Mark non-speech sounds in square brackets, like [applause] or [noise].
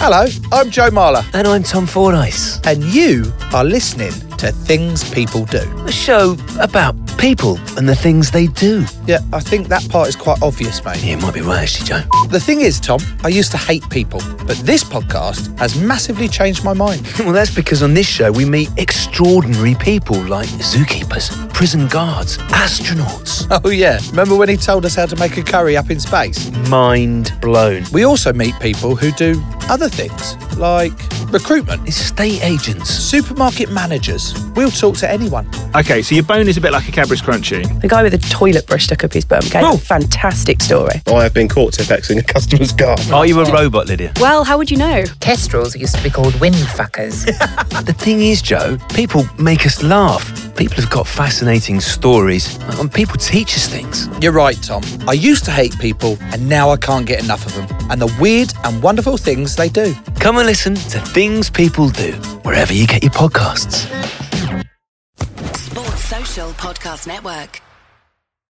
Hello, I'm Joe Marler, And I'm Tom Fordyce. and you are listening to Things People Do. A show about people and the things they do. Yeah, I think that part is quite obvious, mate. Yeah, you might be right, actually, Joe. [laughs] The thing is, Tom, I used to hate people, but this podcast has massively changed my mind. [laughs] well, that's because on this show we meet extraordinary people like zookeepers, prison guards, astronauts. Oh, yeah, remember when he told us how to make a curry up in space? Mind blown. We also meet people who do other things, like recruitment, Estate agents. supermarket managers. We'll talk to anyone. Okay, so your bone is a bit like a Cadbury's Crunchy. The guy with a toilet brush stuck up his bum gave a fantastic story. I have been caught tipexing a customer's car. Are you a robot, Lydia? Well, how would you know? Kestrels used to be called windfuckers. The thing is, Joe, people make us laugh. People have got fascinating stories, and people teach us things. You're right, Tom. I used to hate people, and now I can't get enough of them and the weird and wonderful things they do. Come and listen to Things People Do, wherever you get your podcasts. Sports Social Podcast Network.